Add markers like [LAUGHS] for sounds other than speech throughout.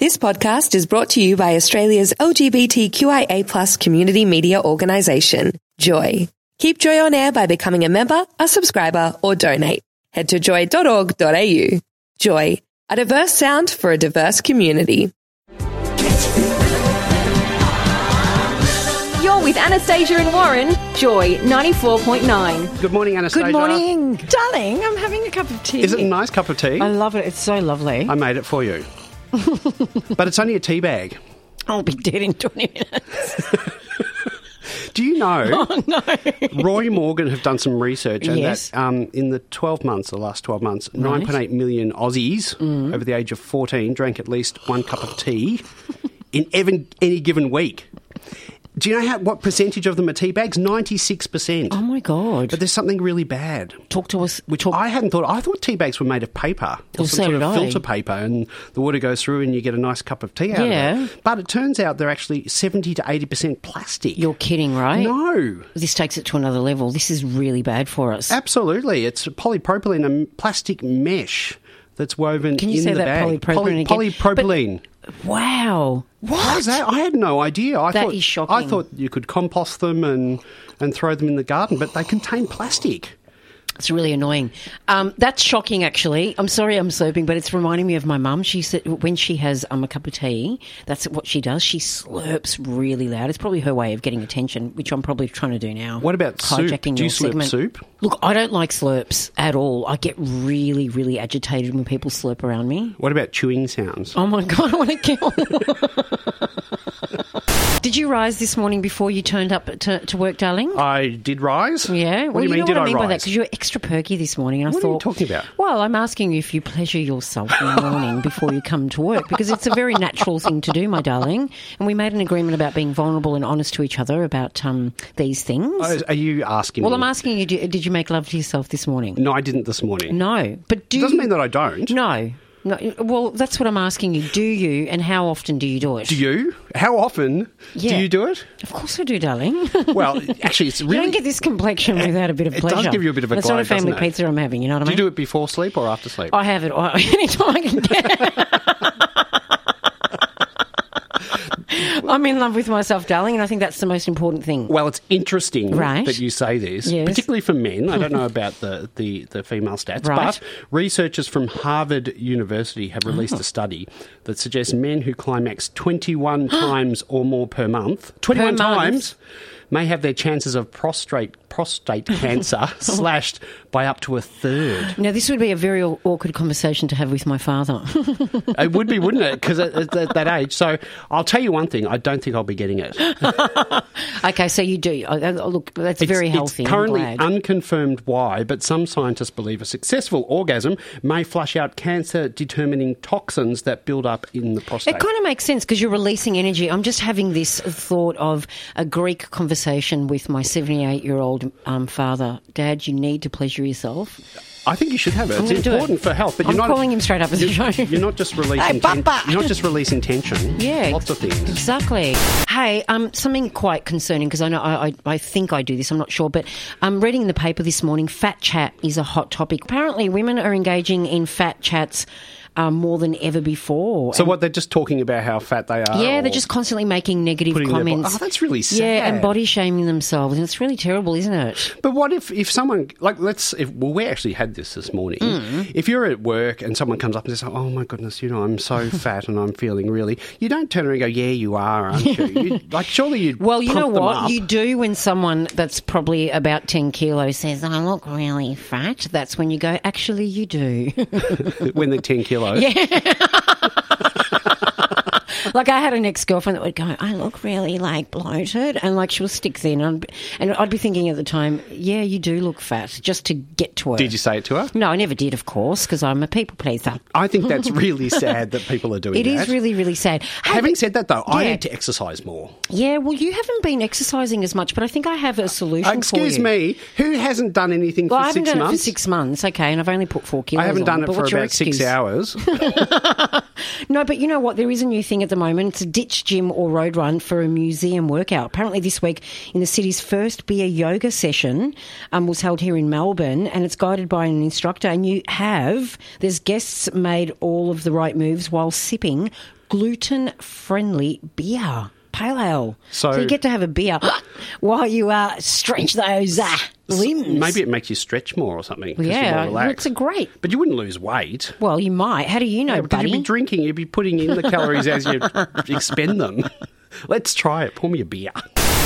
This podcast is brought to you by Australia's LGBTQIA community media organisation, Joy. Keep Joy on air by becoming a member, a subscriber, or donate. Head to joy.org.au. Joy, a diverse sound for a diverse community. You're with Anastasia and Warren, Joy 94.9. Good morning, Anastasia. Good morning, darling. I'm having a cup of tea. Is it a nice cup of tea? I love it. It's so lovely. I made it for [LAUGHS] you. but it's only a tea bag. I'll be dead in 20 minutes. Do you know [LAUGHS] oh, no. Roy Morgan have done some research and Yes. that um, in the 12 months, the last 12 months, 9.8 million Aussies Mm. over the age of 14 drank at least one cup of tea [LAUGHS] in even, any given week. Do you know how, what percentage of them are tea bags? 96%. Oh, my God. But there's something really bad. Talk to us. Which talk- I hadn't thought. I thought tea bags were made of paper, or some Well, so sort did of I. filter paper, and the water goes through, and you get a nice cup of tea out Yeah. of it. But it turns out they're actually seventy to eighty percent plastic. You're kidding, right? no, This takes it to another level. This is really bad for us. absolutely, it's polypropylene, a m- plastic mesh that's woven Can you in say the that bag. polypropylene Poly- again? But- polypropylene. wow. What is that? I had no idea. I That thought is shocking. I thought you could compost them and and throw them in the garden, but they contain plastic. It's really annoying. Um, that's shocking, actually. I'm sorry I'm slurping, but it's reminding me of my mum. She said when she has um, a cup of tea, that's what she does. She slurps really loud. It's probably her way of getting attention, which I'm probably trying to do now. What about soup? hijacking Do you your slurp segment. soup? Look, I don't like slurps at all. I get really, really agitated when people slurp around me. What about chewing sounds? Oh my [LAUGHS] god, I want to kill. [LAUGHS] Did you rise this morning before you turned up to, to work, darling? I did rise. Yeah. What well, do you mean? know did what I mean by that rise? because you were extra perky this morning. And I What are thought, you talking about? Well, I'm asking you if you pleasure yourself in the morning before you come to work because it's a very natural thing to do, my darling. And we made an agreement about being vulnerable and honest to each other about um, these things. Oh, Are you asking? well, me? I'm asking you: do- Did you make love to yourself this morning? No, I didn't this morning. No, but do It doesn't you- mean that I don't. No, no. Well, that's what I'm asking you. Do you, and how often do you do it? Do you? How often do Yeah. you do it? Of course, I do, darling. [LAUGHS] Well, actually, it's You really. don't get this complexion without a bit of It does pleasure. give you a bit of a It's not a glow, doesn't family it? pizza I'm having. You know what I do mean? you do it before sleep or after sleep? Mm. I have it all- [LAUGHS] anytime I [LAUGHS] can get. I'm in love with myself, darling, and I think that's the most important thing. well, it's interesting Right. that you say this, Yes. particularly for men. I don't [LAUGHS] know about the, the, the female stats, Right. Oh. but researchers from Harvard University have released a study that suggests men who climax [GASPS] 21 times or more per month, 21 month. times, may have their chances of prostate, [LAUGHS] prostate cancer slashed by up to a third. Now, this would be a very aw- awkward conversation to have with my father. [LAUGHS] It would be, wouldn't it? Because at, at that age. So I'll tell you one thing. I don't think I'll be getting it. It's okay, so you do. Oh, that- oh, look, that's very healthy. It's currently I'm glad. unconfirmed why, but some scientists believe a successful orgasm may flush out cancer-determining toxins that build up in the prostate. It kind of makes sense because you're releasing energy. I'm just having this thought of a Greek conversation with my 78 year old um, father. Dad, you need to pleasure yourself. I think you should have it. I'm gonna It's do it. important for health. But I'm you're not calling him straight up as a you're, show. you're not just releasing. Hey, ten- Papa! you're not just releasing tension. [LAUGHS] Yeah, lots of things. Exactly. Hey, um, something quite concerning because I know I, I, I think I do this. I'm not sure, but I'm um, reading in the paper this morning. Fat chat is a hot topic. Apparently, women are engaging in fat chats um, more than ever before. So what? They're just talking about how fat they are. yeah, or- they're just constantly making negative Putting their bo- comments. Oh, that's really Yeah, sad. and body shaming themselves, and it's really terrible, isn't it? But what if, if someone like let's if well we actually had this this morning. Hmm. If you're at work and someone comes up and says, "Oh my goodness, you know I'm [LAUGHS] so fat and I'm feeling really," you don't turn around and go, "Yeah, you are, aren't [LAUGHS] you?" you like surely you. Well, you know pump them what up. you do when someone that's probably about ten kilos says, "I look really fat." That's when you go, "Actually, you do." [LAUGHS] [LAUGHS] when they're ten kilos. Like I had an ex girlfriend that would go, I look really like bloated, and like she was stick thin, and I'd, and I'd be thinking at the time, yeah, you do look fat, just to get to her. Did you say it to her? No, I never did, of course, because I'm a people pleaser. I think that's [LAUGHS] really sad that people are doing It that. is really, really sad. Hey, Having said that, though, I Yeah. need to exercise more. yeah, well, you haven't been exercising as much, but I think I have a solution. for Uh, Excuse you. me, who hasn't done anything Well, for I haven't six done months? it for six months, okay, and I've only put four kilos. I haven't on, done it but for what's your about six excuse? [LAUGHS] hours. No, but you know what? There is a new thing at the moment. It's a ditch gym or road run for a museum workout. Apparently, this week in the city's first beer yoga session um, was held here in Melbourne, and it's guided by an instructor. And you have there's guests made all of the right moves while sipping gluten friendly beer, pale ale. So- you get to have a beer [GASPS] while you uh, stretch those uh, limbs. Maybe it makes you stretch more or something. 'cause you're yeah, more relaxed. it's a great. But you wouldn't lose weight. Well, you might. How do you know, Yeah, because buddy? you'd be drinking, you'd be putting in the calories as [LAUGHS] you expend them. Let's try it. Pour me a beer.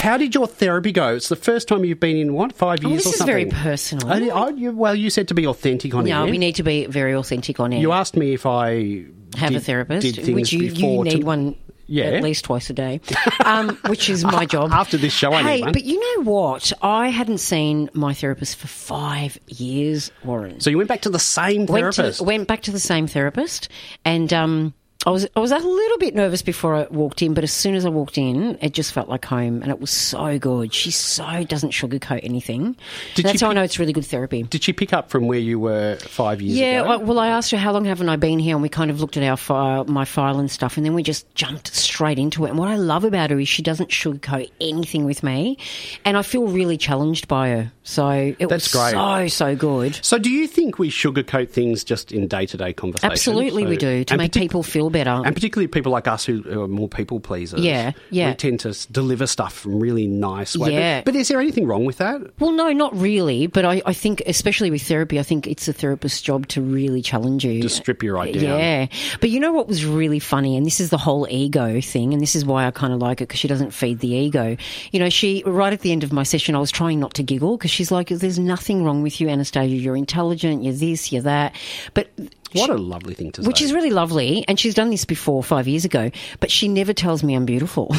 How did your therapy go? It's the first time you've been in what five years Oh, this or is something. very personal. I- I- you- well, you said to be authentic on no, here. we need to be very authentic on air. you asked me if I have did- a therapist, Did things which you, you before need to- one Yeah. at least twice a day, um, which is [LAUGHS] my job. After this show, I need hey, one. But you know what? I hadn't seen my therapist for five years, Warren. So you went back to the same went, to- therapist. went back to the same therapist, and um, I was I was a little bit nervous before I walked in, but as soon as I walked in, it just felt like home, and it was so good. She so doesn't sugarcoat anything. Did That's she how I pick- know it's really good therapy. did she pick up from where you were five years Yeah, ago? well, well, I asked her how long haven't I been here, and we kind of looked at our file, my file and stuff, and then we just jumped straight into it. And what I love about her is she doesn't sugarcoat anything with me, and I feel really challenged by her. So it That's was great. so so good. so do you think we sugarcoat things just in day to day conversation? Absolutely, we do to make people feel better. And particularly people like us who, who are more people pleasers. Yeah, yeah. We tend to s- deliver stuff from really nice ways. Yeah. But, but is there anything wrong with that? Well, no, not really. But I, I think, especially with therapy, I think it's the therapist's job to really challenge you. To strip your idea. Yeah. But you know what was really funny? And this is the whole ego thing. And this is why I kind of like it because she doesn't feed the ego. You know, she, right at the end of my session, I was trying not to giggle because she's like, there's nothing wrong with you, Anastasia. You're intelligent. You're this, you're that. But What a lovely thing to which say. is really lovely. And she's done this before five years ago, but she never tells me I'm beautiful. [LAUGHS]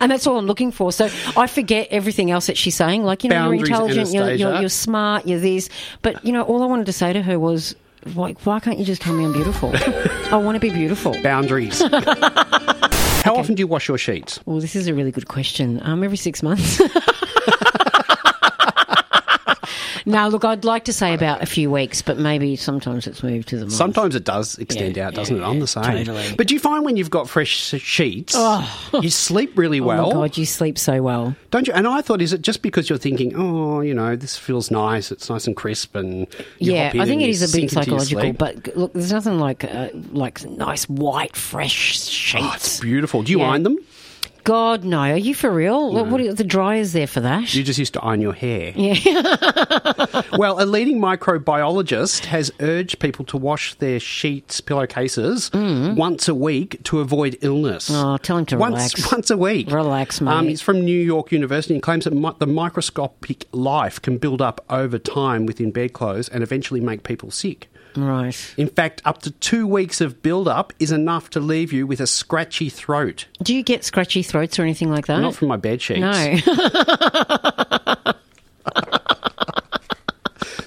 and that's all I'm looking for. So I forget everything else that she's saying. Like, you know, Boundaries, you're intelligent, you're, you're, Anastasia. you're smart, you're this. But, you know, all I wanted to say to her was, why, why can't you just tell me I'm beautiful? [LAUGHS] I want to be beautiful. [LAUGHS] boundaries. [LAUGHS] How often do you wash your sheets? Well, this is a really good question. Um, every six months. [LAUGHS] now, look, I'd like to say about a few weeks, but maybe sometimes it's moved to the month. Sometimes it does extend out, doesn't it? I'm the same. totally. But do you find when you've got fresh s- sheets, you sleep really well? Oh my god, you sleep so well. Don't you? And I thought, is it just because you're thinking, oh, you know, this feels nice, it's nice and crisp, and you yeah, hop in I and think it you is a bit sink into your psychological. sleep? But g- look, there's nothing like uh, like nice white Oh, fresh sheets. beautiful. Do you Yeah. iron them? God no, are you for real? What, what are, the dryer's there for that? You just used to iron your hair. [LAUGHS] Yeah. well, a leading microbiologist has urged people to wash their sheets, pillowcases once a week to avoid illness. Mm. Oh, tell him to once, [LAUGHS] relax. Once a week. Relax, mate. Um, it's from New York University and claims that mi- the microscopic life can build up over time within bedclothes and eventually make people sick. right. In fact, up to two weeks of build-up is enough to leave you with a scratchy throat. Do you get scratchy throats or anything like that? Not from my bed sheets. no.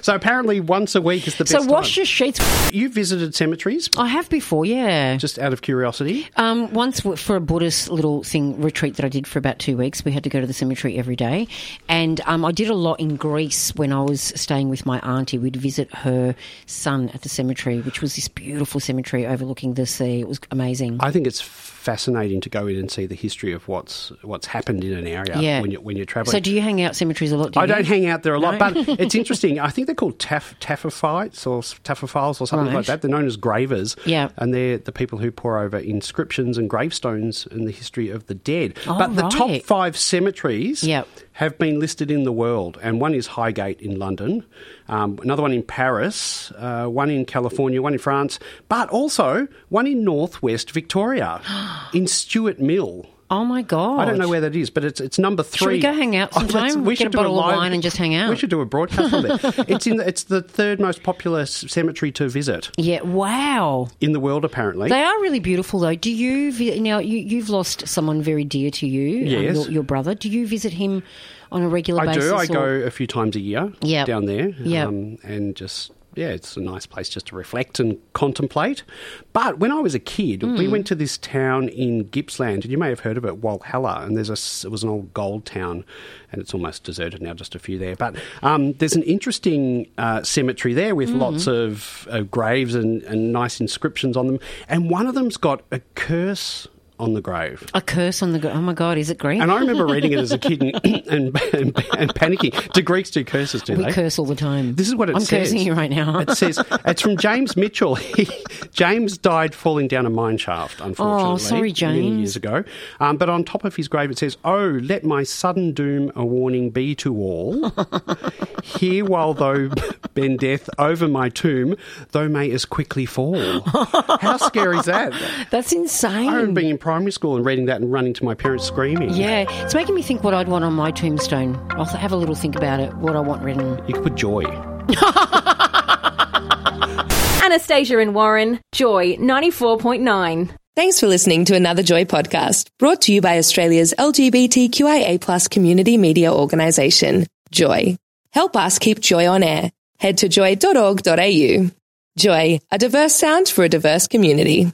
So apparently, once a week is the best. [LAUGHS] so wash time. your sheets. You visited cemeteries I have before, yeah. just out of curiosity. Um, once w- for a Buddhist little thing retreat that I did for about two weeks, we had to go to the cemetery every day, and um, I did a lot in Greece when I was staying with my auntie. We'd visit her son at the cemetery, which was this beautiful cemetery overlooking the sea. It was amazing. I think it's fascinating to go in and see the history of what's what's happened in an area yeah, when you when you're traveling. So, do you hang out cemeteries a lot? Do I you? don't hang out there a lot, [LAUGHS] but it's interesting. I think they're called taff, taffophites or s- taffophiles or something Right. like that. They're known as gravers. Yeah. And they're the people who pour over inscriptions and gravestones in the history of the dead. Oh, but the top right. five cemeteries Yep. have been listed in the world, and one is Highgate in London, um, another one in Paris, uh, one in California, one in France, but also one in northwest [GASPS] Victoria in Stuart Mill. Oh my god! I don't know where that is, but it's it's number three. Oh, we go hang out let's- sometime? Get a do bottle of live- wine and just hang out? We should do a broadcast on [LAUGHS] it. It's in. The, it's the third most popular s- cemetery to visit Yeah. Wow. in the world, apparently. They are really beautiful, though. Do you vi- now? You, you've lost someone very dear to you. um, Yes. your, your brother. Do you visit him on a regular I basis? do. I or- go a few times a year Yep. down there, um, Yep. and just yeah, it's a nice place just to reflect and contemplate. But when I was a kid, we Hmm. went to this town in Gippsland, and you may have heard of it, Walhalla, and there's a s- it was an old gold town, and it's almost deserted now, just a few there. But um, there's an interesting uh, cemetery there with Hmm. lots of uh, graves and, and nice inscriptions on them, and one of them's got a curse on the grave. A curse on the. Go- oh my God, is it green? And I remember reading it as a kid and, [LAUGHS] and, and, and panicking. Do Greeks do curses, do we they? curse all the time. This is what it I'm says. cursing you right now. it says it's from James Mitchell. [LAUGHS] He, James died falling down a mine shaft, unfortunately. Oh, sorry, Many James. years ago. Um, but on top of his grave, it says, "Oh, let my sudden doom a warning be to [LAUGHS] all. Here, while though bend death over my tomb, though may as quickly fall." How scary is that? [LAUGHS] That's insane. I remember being [LAUGHS] in primary school and reading that and running to my parents screaming. yeah, it's making me think what I'd want on my tombstone. I'll have a little think about it. What I want written. You could put joy. Anastasia and Warren, Joy 94.9. Thanks for listening to another Joy podcast brought to you by Australia's LGBTQIA plus community media organisation, Joy. Help us keep Joy on air. Head to joy.org.au. Joy, a diverse sound for a diverse community.